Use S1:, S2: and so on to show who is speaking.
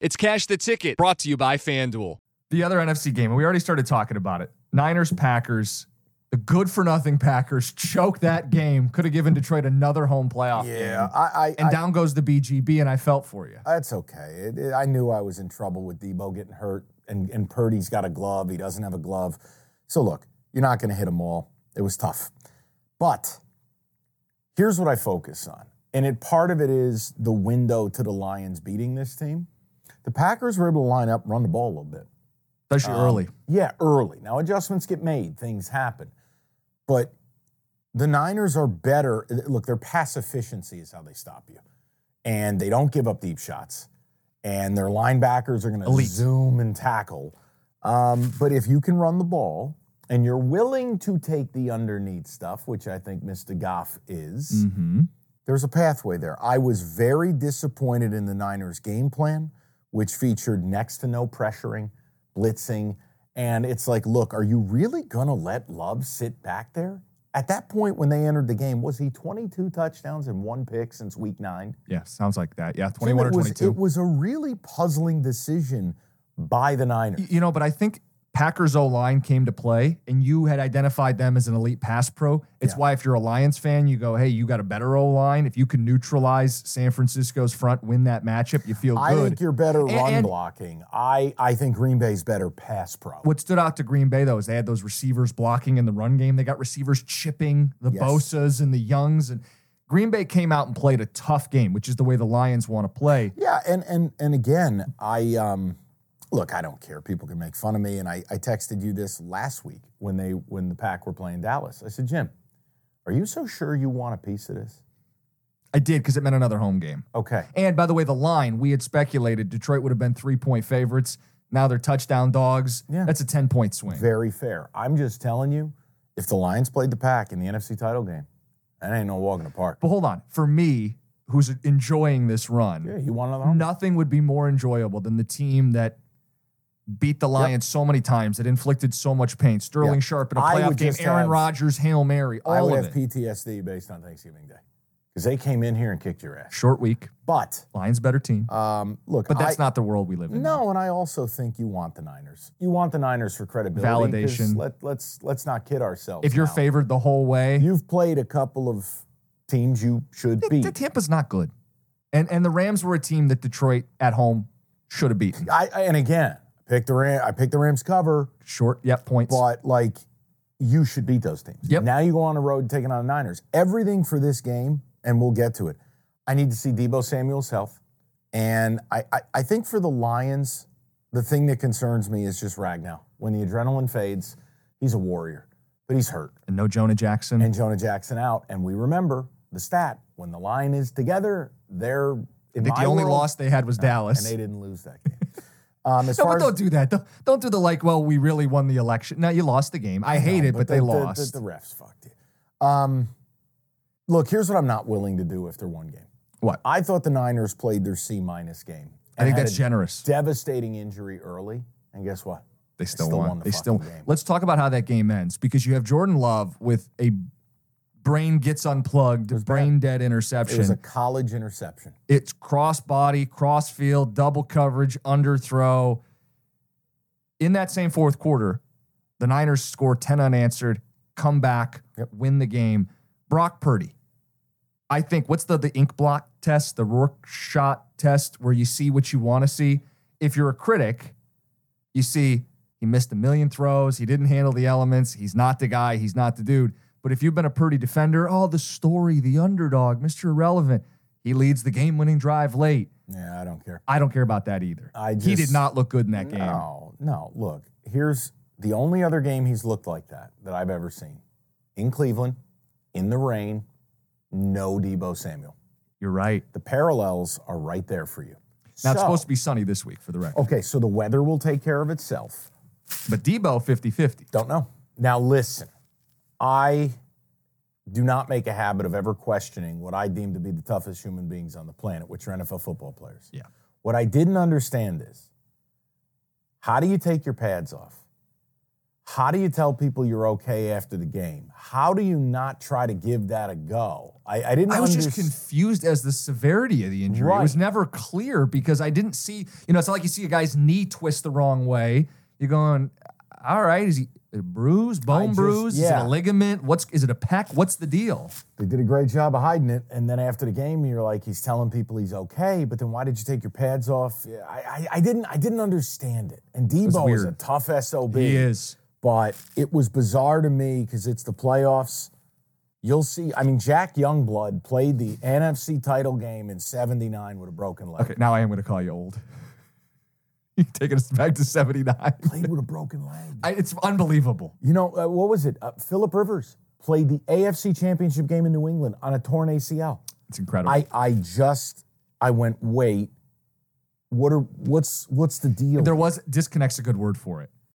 S1: It's Cash the Ticket, brought to you by FanDuel.
S2: The other NFC game, and we already started talking about it. Niners, Packers, the good for nothing Packers choke that game. Could have given Detroit another home playoff.
S3: Yeah,
S2: game.
S3: I, I,
S2: and
S3: I-
S2: down goes the BGB, and I felt for you.
S3: that's okay. It, it- I knew I was in trouble with Debo getting hurt, and and Purdy's got a glove. He doesn't have a glove. So look, you're not going to hit them all. It was tough, but here's what I focus on, and it part of it is the window to the Lions beating this team. The Packers were able to line up, run the ball a little bit.
S2: Especially
S3: Oh.
S2: early.
S3: Yeah, early. Now adjustments get made, things happen. But the Niners are better. Look, their pass efficiency is how they stop you. And they don't give up deep shots. And their linebackers are going to zoom and tackle. Um, but if you can run the ball and you're willing to take the underneath stuff, which I think Mr. Goff is, there's a pathway there. I was very disappointed in the Niners' game plan, which featured next to no pressuring, blitzing, and it's like, look, are you really going to let Love sit back there? At that point when they entered the game, was he 22 touchdowns and one pick since week 9?
S2: Yeah, sounds like that. Yeah,
S3: So
S2: 21 or
S3: it was,
S2: 22.
S3: It was a really puzzling decision by the Niners.
S2: Y- You know, but I think Packers O line came to play, and you had identified them as an elite pass pro. It's
S3: Yeah.
S2: why if you're a Lions fan, you go, "Hey, you got a better O line. If you can neutralize San Francisco's front, win that matchup, you feel
S3: I
S2: good."
S3: think you're better run
S2: and-
S3: blocking. I, I think Green Bay's better pass pro.
S2: What stood out to Green Bay though is they had those receivers blocking in the run game. They got receivers chipping the
S3: Yes.
S2: Bosa's and the Youngs, and Green Bay came out and played a tough game, which is the way the Lions want to play.
S3: Yeah, and and and again, I um look, I don't care. People can make fun of me, and I, I texted you this last week when they when the pack were playing Dallas. I said, Jim, are you so sure you want a piece of this?
S2: I did because it meant another home game.
S3: Okay.
S2: And by the way, the line we had speculated Detroit would have been three point favorites. Now they're touchdown dogs.
S3: Yeah.
S2: That's a 10 point swing.
S3: Very fair. I'm just telling you, if the Lions played the pack in the NFC title game, that ain't no walk in the park.
S2: But hold on. For me, who's enjoying this run,
S3: Yeah, you want another home?
S2: nothing would be more enjoyable than the team that beat the Lions so many times, that inflicted so much pain. Sterling
S3: Yep.
S2: Sharp in a
S3: I
S2: playoff
S3: would
S2: game,
S3: just
S2: Aaron
S3: have-
S2: Rodgers, Hail Mary, all
S3: I would
S2: of
S3: have
S2: it.
S3: PTSD based on Thanksgiving Day. Because they came in here and kicked your ass.
S2: Short week.
S3: But
S2: Lions better team.
S3: um, look,
S2: but that's
S3: I-
S2: not the world we live in.
S3: No, and I also think you want the Niners. You want the Niners for credibility. 'cause
S2: Validation.
S3: Let, let's let's not kid ourselves.
S2: If you're
S3: now.
S2: favored the whole way,
S3: you've played a couple of teams you should
S2: Th- th-
S3: beat.
S2: Tampa's not good. And and the Rams were a team that Detroit at home should have beaten.
S3: I, I- and again, I picked the Ram, I picked the Rams cover,
S2: Short, yep, points.
S3: but like you should beat those teams.
S2: Yep.
S3: Now you go on the road taking on the Niners. Everything for this game, and we'll get to it. I need to see Debo Samuel's health, and I I, I think for the Lions, the thing that concerns me is just Ragnow. When the adrenaline fades, he's a warrior, but he's hurt.
S2: And no Jonah Jackson.
S3: and Jonah Jackson out. And we remember the stat when the line is together, they're in
S2: I think
S3: my
S2: the only
S3: world,
S2: loss they had was Dallas.
S3: and they didn't lose that game. Um, as
S2: no,
S3: far
S2: but
S3: as-
S2: don't do that. Don't, don't do the like, well, we really won the election. No, you lost the game. I hate it, but, they
S3: the, the-
S2: lost.
S3: The, the refs fucked you. Um, look, here's what I'm not willing to do if they're one game.
S2: What?
S3: I thought the Niners played their C minus game.
S2: I think
S3: and had
S2: that's
S3: a
S2: generous.
S3: Devastating injury early, and guess what?
S2: They still,
S3: still
S2: won.
S3: won the
S2: they still.
S3: fucking game.
S2: Let's talk about how that game ends because you have Jordan Love with a brain gets unplugged, brain dead
S3: It
S2: interception.
S3: was a college interception.
S2: It's cross body, cross field, double coverage, under throw. In that same fourth quarter, the Niners score 10 unanswered, come back,
S3: Yep.
S2: win the game. Brock Purdy. I think what's the the ink block test, the Rourke shot test, where you see what you want to see. If you're a critic, you see he missed a million throws, he didn't handle the elements, he's not the guy, he's not the dude. But if you've been a Purdy defender, oh, the story, the underdog, Mr. Irrelevant, he leads the game-winning drive late.
S3: Yeah, I don't care.
S2: I don't care about that either.
S3: I
S2: he did
S3: just-
S2: not look good in that game.
S3: No, no. Look, here's the only other game he's looked like that that I've ever seen in Cleveland, in the rain, no Debo Samuel.
S2: You're right.
S3: The parallels are right there for you.
S2: Now it's supposed to be sunny this week for the record.
S3: Okay, so the weather will take care of itself.
S2: But Debo 50-50.
S3: Don't know. Now listen, I do not make a habit of ever questioning what I deem to be the toughest human beings on the planet, which are NFL football players.
S2: Yeah.
S3: What I didn't understand is how do you take your pads off? How do you tell people you're okay after the game? How do you not try to give that a go? I, I didn't
S2: I was just
S3: underst-
S2: confused as the severity of the injury. It was
S3: Right.
S2: never clear because I didn't see, you know, it's not like you see a guy's knee twist the wrong way. You're going, all right, is he a bruise, bone
S3: just-
S2: bruise? Is
S3: yeah.
S2: it a ligament? What's is it a pec? What's the deal?
S3: They did a great job of hiding it. And then after the game, you're like, he's telling people he's okay, but then why did you take your pads off? Yeah, I, I, I didn't I didn't understand it. And Debo is a
S2: weird.
S3: tough SOB.
S2: He is.
S3: But it was bizarre to me because it's the playoffs. You'll see. I mean, Jack Youngblood played the NFC title game in 79 with a broken leg.
S2: Okay, now I am going to call you old. You're taking us back to 79.
S3: Played with a broken leg.
S2: I, it's unbelievable.
S3: You know, uh, what was it? Uh, Philip Rivers played the AFC championship game in New England on a torn ACL.
S2: It's incredible.
S3: I I just I went wait. What are what's what's the deal?
S2: there was disconnect's a good word for it.